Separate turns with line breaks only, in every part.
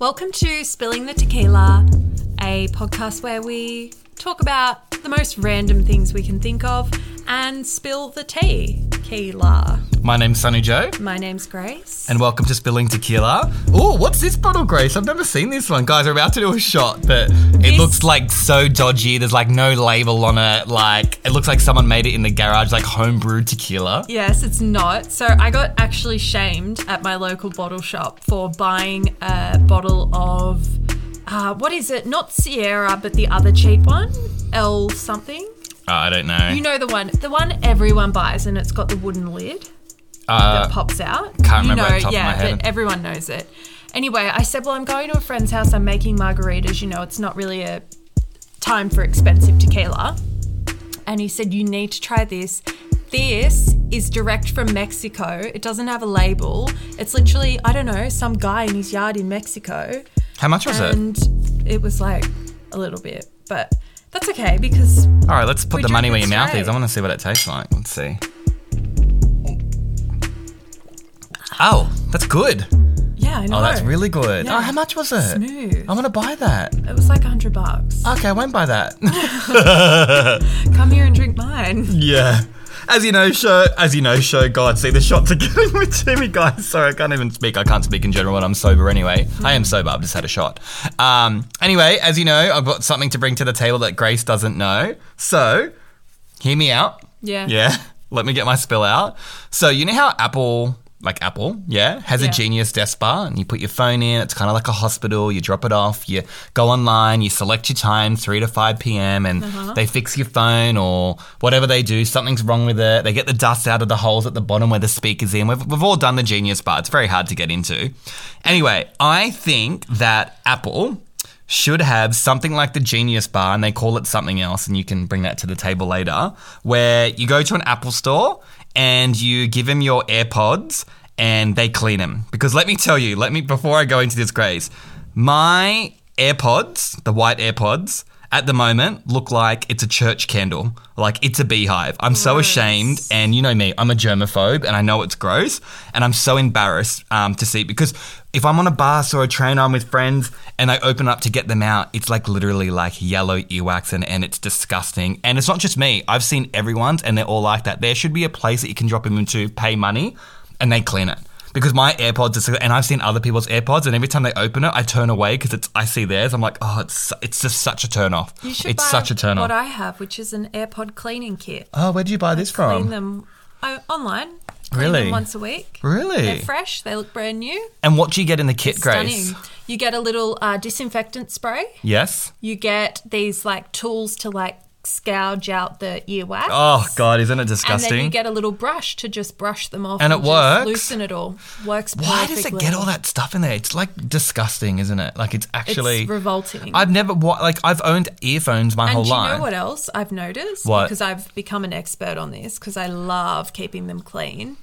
Welcome to Spilling the Tequila, a podcast where we talk about the most random things we can think of and spill the tea. Tequila.
My name's Sunny Joe,
My name's Grace.
and welcome to Spilling Tequila. Oh, what's this bottle, Grace? I've never seen this one. Guys, we're about to do a shot, but it
This-
looks like so dodgy. There's like no label on it. Like, it looks like someone made it in the garage, like homebrew tequila.
Yes, it's not. So I got actually shamed at my local bottle shop for buying a bottle of uh, what is it? Not Sierra, but the other cheap one, L something.
Uh, I don't know.
You know the one, the one everyone buys, and it's got the wooden lid
uh,
that pops out.
can't
you
remember
know,
off the top of
yeah,
my head.
but everyone knows it. Anyway, I said, well, I'm going to a friend's house. I'm making margaritas. You know, it's not really a time for expensive tequila. And he said, you need to try this. This is direct from Mexico. It doesn't have a label. It's literally, I don't know, some guy in his yard in Mexico.
How much was it?
And it was like a little bit, but that's okay because
All right, let's
we
put the money
drink
where
it
your mouth
straight.
is. I want to see what it tastes like. Let's see. Oh, that's good.
yeah, I know.
Oh, that's really good.
Yeah.
Oh, how much was it?
Smooth.
I want to buy that.
It was like 100 bucks.
Okay, I won't buy that.
Come here and drink mine.
Yeah. As you know, show as you know, show God, see the shots are getting with Jimmy guys. Sorry, I can't even speak. I can't speak in general when I'm sober anyway. I am sober, I've just had a shot. Um anyway, as you know, I've got something to bring to the table that Grace doesn't know. So hear me out.
Yeah.
Yeah. Let me get my spill out. So you know how Apple like Apple, yeah, has
Yeah.
a genius desk bar and you put your phone in, it's kinda like a hospital, you drop it off, you go online, you select your time, three to five PM and
Uh-huh.
they fix your phone or whatever they do, something's wrong with it. They get the dust out of the holes at the bottom where the speaker's in. We've, we've all done the genius bar, it's very hard to get into. Anyway, I think that Apple should have something like the Genius Bar, and they call it something else, and you can bring that to the table later, where you go to an Apple store and you give them your AirPods and they clean them. Because let me tell you, let me, before I go into this, Grace, my AirPods, the white AirPods, at the moment look like it's a church candle. Like it's a beehive. I'm so ashamed. And you know me, I'm a germaphobe and I know it's gross. And I'm so embarrassed um, to see because if I'm on a bus or a train, I'm with friends and I open up to get them out, it's like literally like yellow earwax and, and it's disgusting. And it's not just me, I've seen everyone's and they're all like that. There should be a place that you can drop them into, pay money, and they clean it because my AirPods are so- and I've seen other people's AirPods, and every time they open it, I turn away because it's I see theirs. I'm like, oh, it's su- it's just such a turn off.
You should
It's
buy
such a turn
what
off.
I have, which is an AirPod cleaning kit.
Oh, where did you buy this
Clean
from?
them uh, online. Clean
Really?
them once a week. They're
Really?
fresh. They look brand new.
And what do you get in the kit, Grace?
Stunning. You get a little uh, disinfectant spray.
Yes.
You get these like tools to like scourge out the earwax.
Oh God, isn't
And then
it
you
disgusting?
get a little brush to just brush them off.
And it
just
works?
Loosen it all. Works.
Why does it
perfectly.
get all that stuff in there? It's like disgusting, isn't it? Like it's actually.
It's revolting.
I've never wa- like I've owned earphones my
And
whole
do you
life.
know what else I've noticed?
What?
Because I've become an expert on this because I love keeping them clean.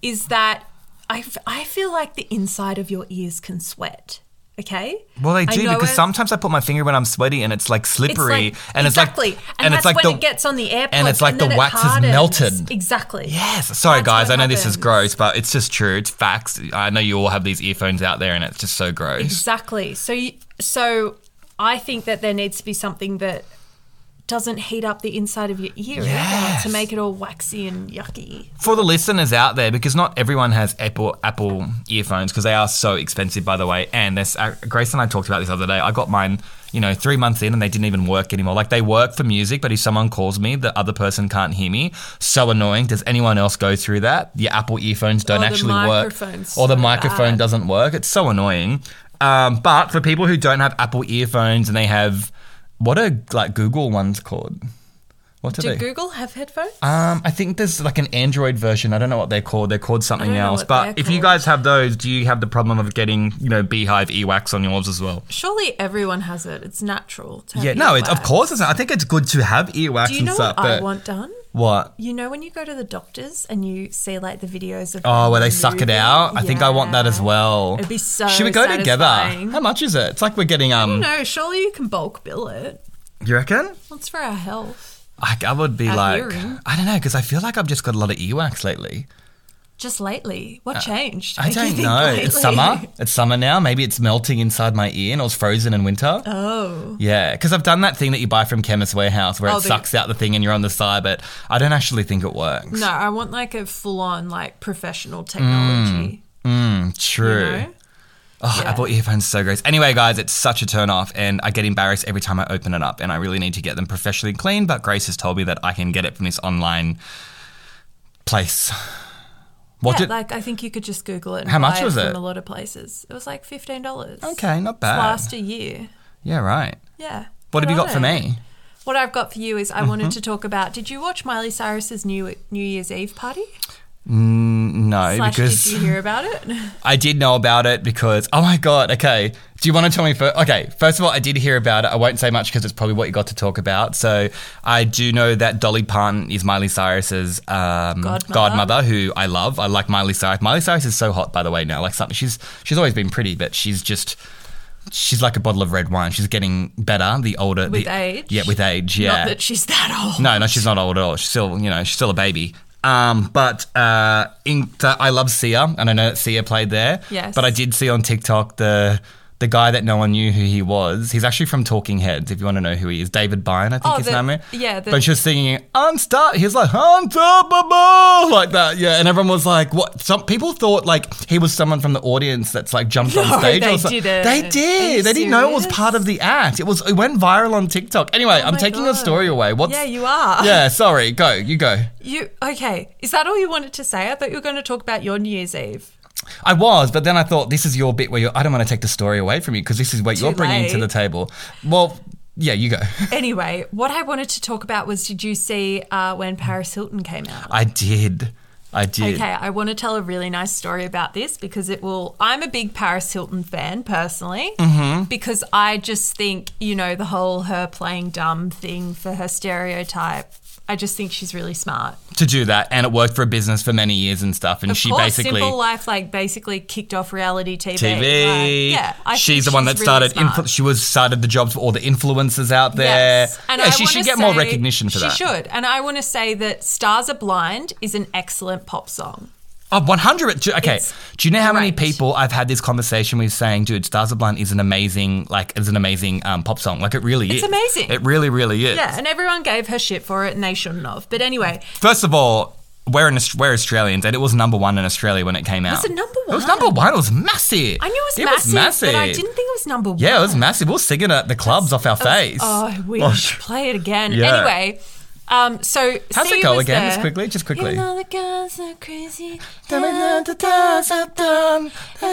Is that I, f- I feel like the inside of your ears can sweat. Okay.
Well, they
I
do
know
because
it-
sometimes I put my finger when I'm sweaty and it's like
it's
slippery
like,
and
exactly,
it's like
and, that's
it's like
when
the
it gets on the AirPods,
and it's like the
then it
wax is
hardens.
melted.
Exactly.
Yes. Sorry,
That's
guys.
what
I know this is
happens.
gross, but it's just true. It's facts. I know you all have these earphones out there, and it's just so gross.
Exactly. So, you, so I think that there needs to be something that doesn't heat up the inside of your ear either
Yes.
to make it all waxy and yucky.
For the listeners out there, because not everyone has Apple Apple earphones because they are so expensive, by the way. And this, uh, Grace and I talked about this the other day. I got mine, you know, three months in, and they didn't even work anymore. Like they work for music, but if someone calls me, the other person can't hear me. So annoying. Does anyone else go through that? Your Apple earphones don't
Or the
actually work,
microphone's
or the
so
microphone
bad.
doesn't work. It's so annoying. Um, but for people who don't have Apple earphones and they have what are like Google ones called? What are
Do
they?
Google have headphones?
Um, I think there's like an Android version. I don't know what they're called. They're called
I
something
don't know
else.
what
But
they're
if you
called.
guys have those, do you have the problem of getting you know beehive earwax on yours as well?
Surely everyone has it. It's natural. To have
Yeah, no, it's, of
earwax.
course it's. I think it's good to have earwax
Do you
and
know
stuff.
what I
but
want done?
what?
You know when you go to the doctors and you see like the videos of
Oh,
them
where they suck it
removing-
out. I think I want that as
Yeah.
well.
It'd be so
Should we go
satisfying.
together? How much is it? It's like we're getting um.
No, surely you can bulk bill it.
You reckon?
That's for our health.
Like I would be
Our
like
hearing.
I don't know because I feel like I've just got a lot of earwax lately.
just lately? What changed?
Uh, I
Make you
don't
think
know. It's
lately?
summer. It's summer now. Maybe it's melting inside my ear and it was frozen in winter.
Oh,
Yeah, because I've done that thing that you buy from Chemist Warehouse where
Oh,
it
the-
sucks out the thing and you're on the side, but I don't actually think it works.
no, I want like a full on, like professional technology.
Mm, true.
You know?
Oh,
Yeah.
Apple earphones so gross. Anyway, guys, it's such a turn off, and I get embarrassed every time I open it up, and I really need to get them professionally cleaned. But Grace has told me that I can get it from this online place. What
yeah,
did?
like I think you could just Google it. And
How much
buy
was
from
it?
A lot of places. It was like fifteen dollars.
okay, not bad.
Last a year.
Yeah, right.
Yeah.
What have you
Good
got
on
for
it.
me?
What I've got for you is I
Mm-hmm.
wanted to talk about. Did you watch Miley Cyrus's new New Year's Eve party?
Mm, no,
Slash,
because
did you hear about it?
I did know about it because oh my god. Okay, do you want to tell me first? Okay, first of all, I did hear about it. I won't say much because it's probably what you got to talk about. So I do know that Dolly Parton is Miley Cyrus's um,
Godmother.
godmother, who I love. I like Miley Cyrus. Miley Cyrus is so hot, by the way. Now, like something she's she's always been pretty, but she's just. She's like a bottle of red wine. She's getting better the older
With
the,
age?
Yeah, with age. Yeah,
Not that she's that old.
no, no, she's not old at all. She's still, you know, she's still a baby. Um, but uh, in, uh, I love Sia, and I know that Sia played there.
Yes.
But I did see on TikTok the the guy that no one knew who he was. He's actually from Talking Heads. If you want to know who he is, David Byrne, I think
Oh,
his
the-
name is.
yeah, the-
but she was singing "Unstop." He's like "Unstoppable" like that. Yeah, and everyone was like, "What?" Some people thought like he was someone from the audience that's like jumped
No,
on stage.
they
or something.
didn't.
They
Are
did.
you
They didn't know it was
serious? Oh
part of the act. It was. It went viral on TikTok. Anyway, I'm
my
taking your
God.
story away. What's
Yeah, you are.
yeah, sorry. Go. You go.
You okay? Is that all you wanted to say? I thought you were going to talk about your New Year's Eve.
I was, but then I thought this is your bit where you're, I don't want to take the story away from you because this is what you're bringing to
late.
the table. Well, yeah, you go.
Anyway, what I wanted to talk about was: Did you see uh, when Paris Hilton came out?
I did. I did.
Okay, I want to tell a really nice story about this because it will. I'm a big Paris Hilton fan personally
Mm-hmm.
because I just think, you know, the whole her playing dumb thing for her stereotype, I just think she's really smart.
To do that, and it worked for a business for many years and stuff, and
Of
she
course,
basically.
Simple Life like basically kicked off reality TV.
TV.
Like, yeah, I think
she's the one that
really
started.
smart.
influ- she was started the jobs for all the influencers out there.
Yes. And
yeah,
I
she
wanna
should get more
say-
recognition for that.
She should. And I want to say that Stars Are Blind is an excellent pop song.
Oh, 100. Do- Okay.
It's
Do you know how many
great.
people I've had this conversation with saying, dude, Stars Are Blind is an amazing, like, is an amazing um, pop song. Like, it really is.
amazing.
It really, really is.
Yeah, and everyone gave her shit for it and they shouldn't have. But anyway,
First of all, we're, in, Aus- we're Australians, and it was number one in Australia when it came out.
it number
It was
one?
number one. It was massive.
I knew it was, massive, but I didn't think it was number one.
Yeah, it was massive. We were singing it at the clubs off our face.
Oh, I wish. Play it again.
Yeah.
Anyway, um, so
How's
Sia
it go
was
again?
there.
Just quickly, just quickly.
Even though the girls are crazy,
Oh,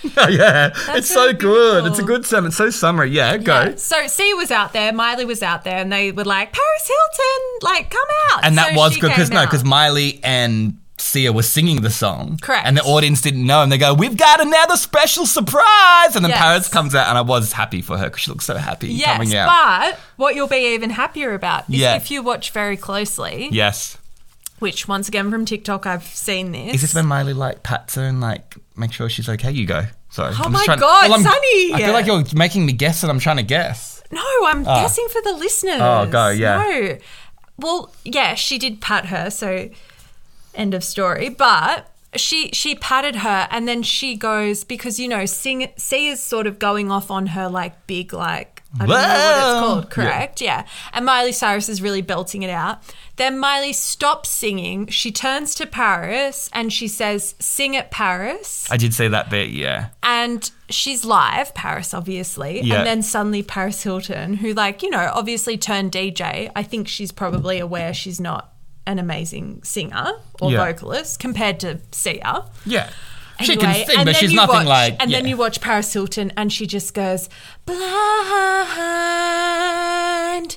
yeah, it's so
really
good. It's a
beautiful.
good sum. It's so summary. Yeah, go.
Yeah. So Sia was out there, Miley was out there, and they were like, Paris Hilton, like, come out.
And that
So
was
she
good because
came
no,
out.
because Miley and Sia were singing the song,
Correct.
And the audience didn't know, and they go, "We've got another special surprise!" And then
Yes.
Paris comes out, and I was happy for her because she looked so happy
yes,
coming out.
but what you'll be even happier about is
Yeah.
if you watch very closely,
yes,
which once again from TikTok I've seen this.
is this when Miley like pats her and like make sure she's okay? You go. Sorry.
Oh
I'm just
my
trying-
God,
I'm-
Sunny!
I feel like you're making me guess, and I'm trying to guess.
No, I'm guessing for the listeners.
Ah. Oh, go, yeah.
No. Well, yeah, she did pat her, so end of story. But she she patted her and then she goes because you know, sing C is sort of going off on her like big like I don't know
Whoa.
what it's called, correct? Yeah. And Miley Cyrus is really belting it out. Then Miley stops singing. She turns to Paris and she says, Sing it, Paris
I did say that bit. Yeah.
and she's live paris obviously
Yeah.
and then suddenly paris hilton who like you know obviously turned dj i think she's probably aware she's not an amazing singer or
Yeah.
vocalist compared to sia
Yeah. she
Anyway,
can sing,
and
but
then
she's
you
nothing
watch-
like.
and
yeah.
then you watch paris hilton and she just goes blind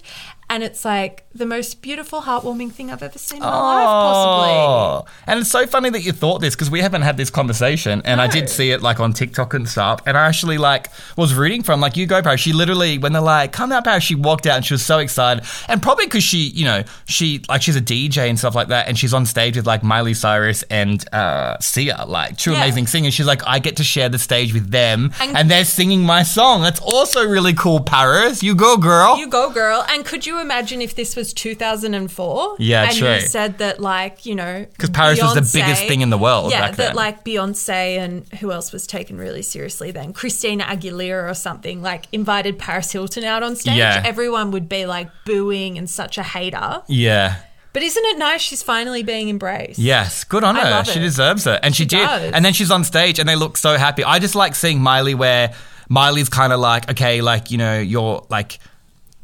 and it's like the most beautiful heartworming thing i've ever seen in my life possibly
Oh. And it's so funny that you thought this because we haven't had this conversation. And I did see it like on TikTok and stuff. And I actually like was rooting for him. Like, you go, Paris. She literally, when they're like, come out, Paris, she walked out and she was so excited. And probably because she, you know, she like she's a DJ and stuff like that. And she's on stage with like Miley Cyrus and uh, Sia, like two
Yeah.
amazing singers. She's like, I get to share the stage with them.
And-
And, they're singing my song. That's also really cool, Paris. You go, girl.
You go, girl. And could you imagine if this was 2004?
Yeah,
and
true.
you said that, like, you know, because
Paris was the biggest thing in the world
Yeah,
back
that
then.
like Beyonce and who else was taken really seriously then? Christina Aguilera or something like invited Paris Hilton out on stage.
Yeah.
Everyone would be like booing and such a hater.
yeah.
But isn't it nice she's finally being embraced?
Yes, good on
I
her.
love
she
it.
deserves it, and she, did.
does.
And then she's on stage, and they look so happy. I just like seeing Miley where Miley's kind of like, okay, like you know, you're like.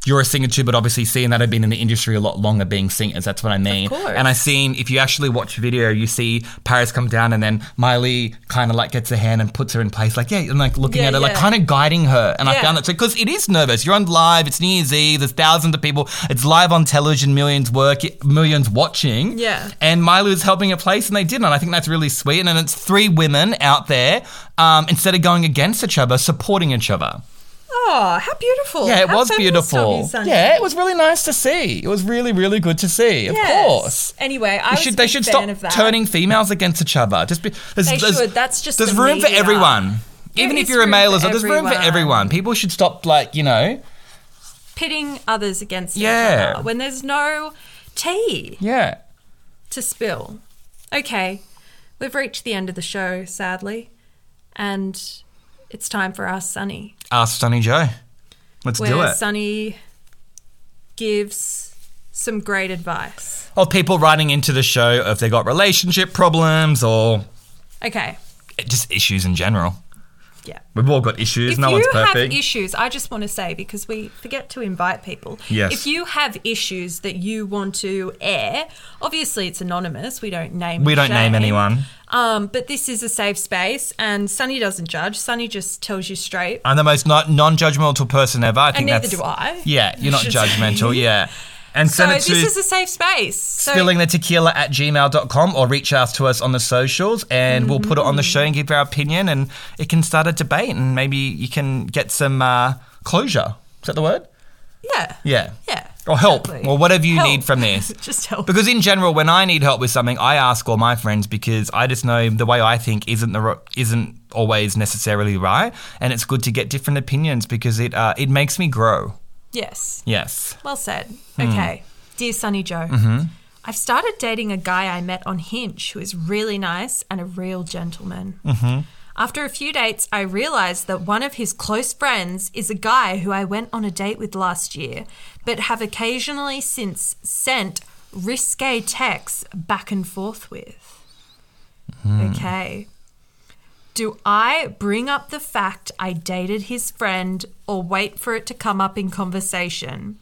You're a singer too, but obviously seeing that I've been in the industry a lot longer being singers, that's what I mean.
course.
And I seen if you actually watch the video, you see Paris come down and then Miley kinda like gets her hand and puts her in place, like, yeah, and like looking
Yeah,
at her, like
yeah.
kinda guiding her. And
Yeah.
I found that so because it is nervous. You're on live, it's New Year's Eve, there's thousands of people, it's live on television, millions work millions watching.
Yeah.
And Milo is helping a place, and they didn't. And I think that's really sweet. And then it's three women out there um, instead of going against each other, supporting each other.
Oh, how beautiful.
Yeah, it
How
was
feminist of you,
beautiful.
Sunny.
Yeah, it was really nice to see. It was really, really good to see. Of
Yes.
course.
Anyway, I
They
was
should,
a
they
big
should
fan
stop
of that.
turning females against each other. Just be, there's,
They
there's-
should. That's just
there's
the
room for
media.
everyone.
There
Even if
is
you're a
room
male
for
as well, there's room for
everyone.
everyone. People should stop, like you know,
pitting others against
Yeah.
each other when there's no tea
yeah.
to spill. Okay, we've reached the end of the show, sadly, and it's time for our Sunny,
Ask Sunny Joe. Let's do
where
it.
Sunny gives some great advice.
Of people writing into the show if they got relationship problems or
Okay,
just issues in general.
yeah.
We've all got issues.
If
no
you
one's
have
perfect.
issues, I just want to say because we forget to invite people.
Yes.
If you have issues that you want to air, obviously it's anonymous. We don't name.
We
and
don't name
shame.
anyone.
Um, but this is a safe space, and Sunny doesn't judge. Sunny just tells you straight,
I'm the most not, non-judgmental person ever. I think
and neither
that's,
do I.
Yeah, you're not
Should
judgmental. Yeah, and
So
send
this
it to
is a safe space. So
spilling the tequila at gmail.com or reach out to us on the socials and we'll put it on the show and give our opinion and it can start a debate and maybe you can get some uh, closure. Is that the word?
yeah,
Yeah.
yeah,
Or help
exactly.
or whatever you
Help.
need from this.
just help.
Because in general, when I need help with something, I ask all my friends because I just know the way I think isn't the ro- isn't always necessarily right, and it's good to get different opinions because it uh, it makes me grow.
yes,
Yes.
well said. Okay, dear Sunny Joe. I've started dating a guy I met on Hinge who is really nice and a real gentleman. After a few dates, I realized that one of his close friends is a guy who I went on a date with last year, but have occasionally since sent risque texts back and forth with. Okay. Do I bring up the fact I dated his friend or wait for it to come up in conversation?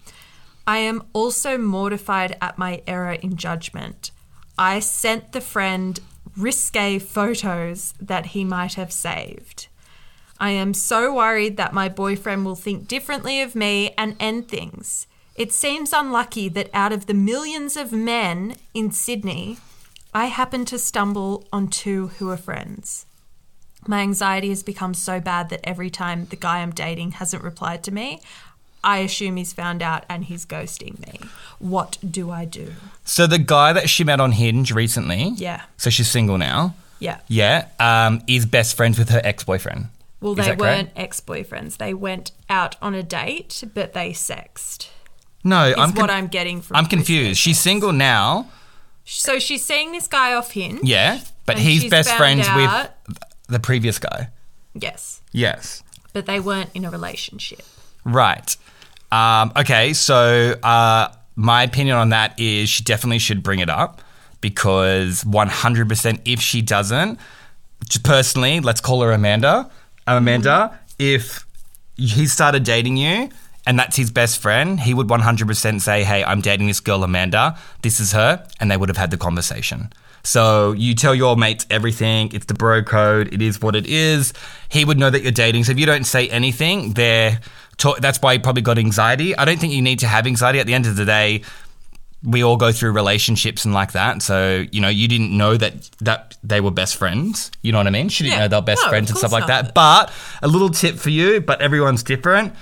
I am also mortified at my error in judgment. I sent the friend risque photos that he might have saved. I am so worried that my boyfriend will think differently of me and end things. It seems unlucky that out of the millions of men in Sydney, I happen to stumble on two who are friends. My anxiety has become so bad that every time the guy I'm dating hasn't replied to me, I assume he's found out and he's ghosting me. What do I do?
So the guy that she met on Hinge recently,
Yeah.
So she's single now.
Yeah.
Yeah, um, is best friends with her ex boyfriend.
Well,
Is
they
that correct?
weren't ex boyfriends. They went out on a date, but they sexed.
No,
Is
I'm
what
con-
I'm getting from
I'm
this.
confused. She's single now.
So she's seeing this guy off Hinge.
Yeah, but
And
he's
she's
best
found
friends
out-
with the previous guy.
Yes,
Yes.
but they weren't in a relationship.
Right. Um, okay, so uh, my opinion on that is she definitely should bring it up because 100% if she doesn't, j- personally, let's call her Amanda. Um, Amanda, if he started dating you and that's his best friend, he would 100% say, Hey, I'm dating this girl, Amanda. This is her. And they would have had the conversation. So you tell your mates everything. It's the bro code. It is what it is. He would know that you're dating. So if you don't say anything, they're. To- that's why he probably got anxiety. I don't think you need to have anxiety. At the end of the day, we all go through relationships and like that. So, you know, you didn't know that that they were best friends. You know what I mean? She didn't
Yeah.
know they were best
No, of
friends and
course
stuff like
not.
that. But a little tip for you, but everyone's different.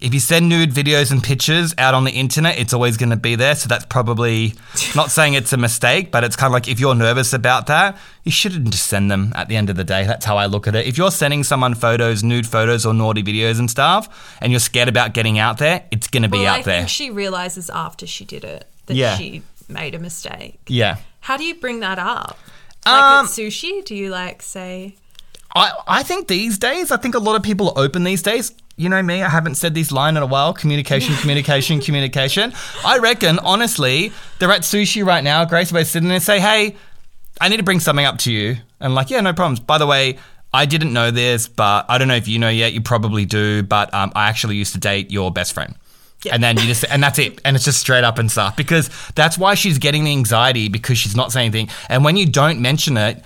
If you send nude videos and pictures out on the internet, it's always going to be there. So that's probably not saying it's a mistake, but it's kind of like if you're nervous about that, you shouldn't just send them at the end of the day. That's how I look at it. If you're sending someone photos, nude photos or naughty videos and stuff, and you're scared about getting out there, it's going to be
Well,
out
I
there.
think she realizes after she did it that
Yeah.
she made a mistake.
yeah.
How do you bring that up?
Um,
like at sushi, do you like say
I, I think these days, I think a lot of people are open these days. You know me, I haven't said this line in a while. Communication, communication, communication. I reckon, honestly, they're at sushi right now. Grace will sit in there and say, hey, I need to bring something up to you. And like, yeah, no problems. By the way, I didn't know this, but I don't know if you know yet. You probably do, but um, I actually used to date your best friend.
Yeah.
And then you just and that's it. And it's just straight up and stuff. Because that's why she's getting the anxiety because she's not saying anything. And when you don't mention it,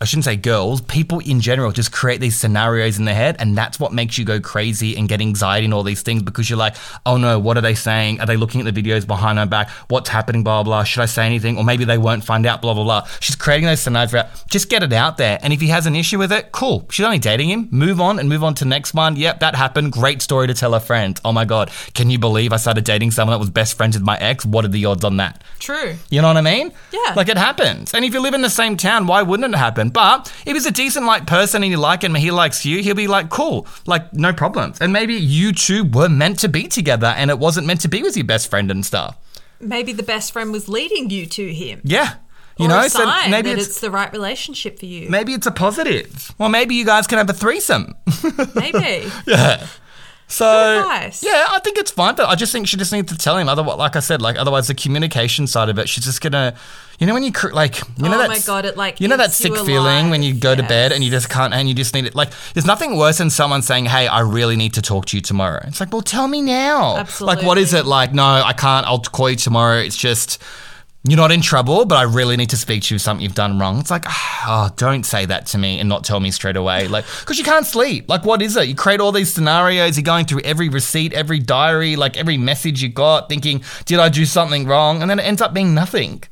I shouldn't say girls, people in general just create these scenarios in their head, and that's what makes you go crazy and get anxiety and all these things because you're like, oh no, what are they saying? Are they looking at the videos behind my back? What's happening? Blah, blah, blah. Should I say anything? Or maybe they won't find out, blah, blah, blah. She's creating those scenarios. for- Just get it out there. And if he has an issue with it, cool. She's only dating him. Move on and move on to next one. Yep, that happened. Great story to tell her friends. Oh my God, can you believe I started dating someone that was best friends with my ex? What are the odds on that?
true?
You know what I mean?
Yeah.
Like it happens. And if you live in the same town, why wouldn't it happen? But if he's a decent like person and you like him and he likes you, he'll be like, cool, like no problems. And maybe you two were meant to be together and it wasn't meant to be with your best friend and stuff.
Maybe the best friend was leading you to him.
Yeah. You
or
know,
a sign
so maybe
that
it's,
it's the right relationship for you.
maybe it's a positive. Well, maybe you guys can have a threesome.
Maybe.
So
Nice.
yeah, I think it's fine, but I just think she just needs to tell him. Otherwise, like I said, like otherwise the communication side of it, she's just gonna, you know, when you cr- like, you know,
Oh my
that's-
God, it, like,
you know that
eats
sick
you
feeling when you
alive.
go to
Yes.
bed and you just can't, and you just need it. Like, there's nothing worse than someone saying, "Hey, I really need to talk to you tomorrow." It's like, well, tell me now. Like, what is
Absolutely.
it? Like, no, I can't. I'll call you tomorrow. It's just. You're not in trouble, but I really need to speak to you. Something you've done wrong. It's like, oh, don't say that to me and not tell me straight away. Like, because you can't sleep. Like, what is it? You create all these scenarios. You're going through every receipt, every diary, like every message you got, thinking, did I do something wrong? And then it ends up being nothing.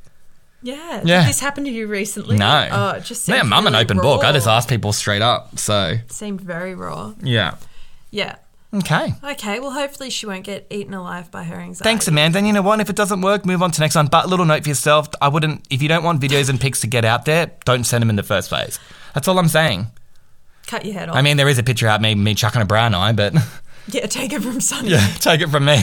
yeah.
Yeah.
Did this happen to you recently?
No.
Oh, it just
Man,
seems
I'm an
really
open
raw.
book. I just ask people straight up. So,
Seemed very raw.
yeah.
Yeah.
Okay.
Okay. Well, hopefully she won't get eaten alive by her anxiety.
Thanks, Amanda. And you know what? If it doesn't work, move on to next one. But a little note for yourself I wouldn't, if you don't want videos and pics to get out there, don't send them in the first place. That's all I'm saying.
Cut your head off.
I mean, there is a picture out of me, me chucking a brown eye, but
yeah. Take it from Sunday.
yeah, take it from me.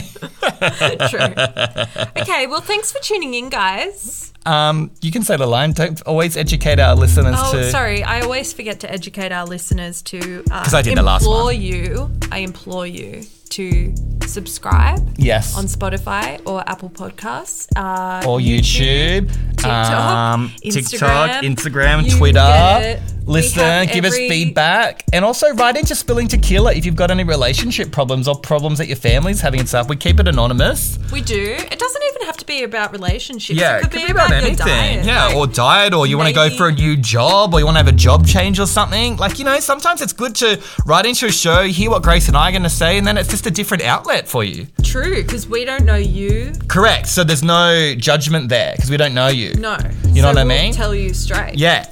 True. Okay, well, thanks for tuning in, guys.
Um, you can say the line. Don't always educate our listeners
Oh,
to.
sorry, I always forget to educate our listeners to. Because
I did the last
implore
one.
you, I implore you to subscribe
Yes.
on Spotify or Apple Podcasts. Uh,
or YouTube, um, TikTok,
Instagram.
Instagram,
You get
Twitter.
it. We
Listen,
have
give us
every-
feedback, and also write into Spilling Tequila if you've got any relationship problems or problems that your family's having and stuff. We keep it anonymous.
we do. It doesn't even have to be about relationships.
Yeah,
it could, be, about, your diet.
yeah,
Like,
or diet, or you want to go
maybe-
for a new job, or you want to have a job change or something. Like you know, sometimes it's good to write into a show, hear what Grace and I are going to say, and then it's just a different outlet for you.
true, because we don't know you.
Correct. So there's no judgment there because we don't know you.
No,
You know
So
what I
we'll
mean?
Tell you straight.
Yeah.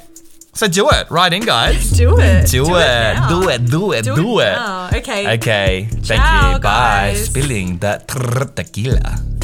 So do it. Write in, guys.
do it.
Do, it.
now.
do it. Do it. Do, it.
now. Okay.
Okay. Thank
Ciao,
you. Bye.
guys.
Spilling the tequila.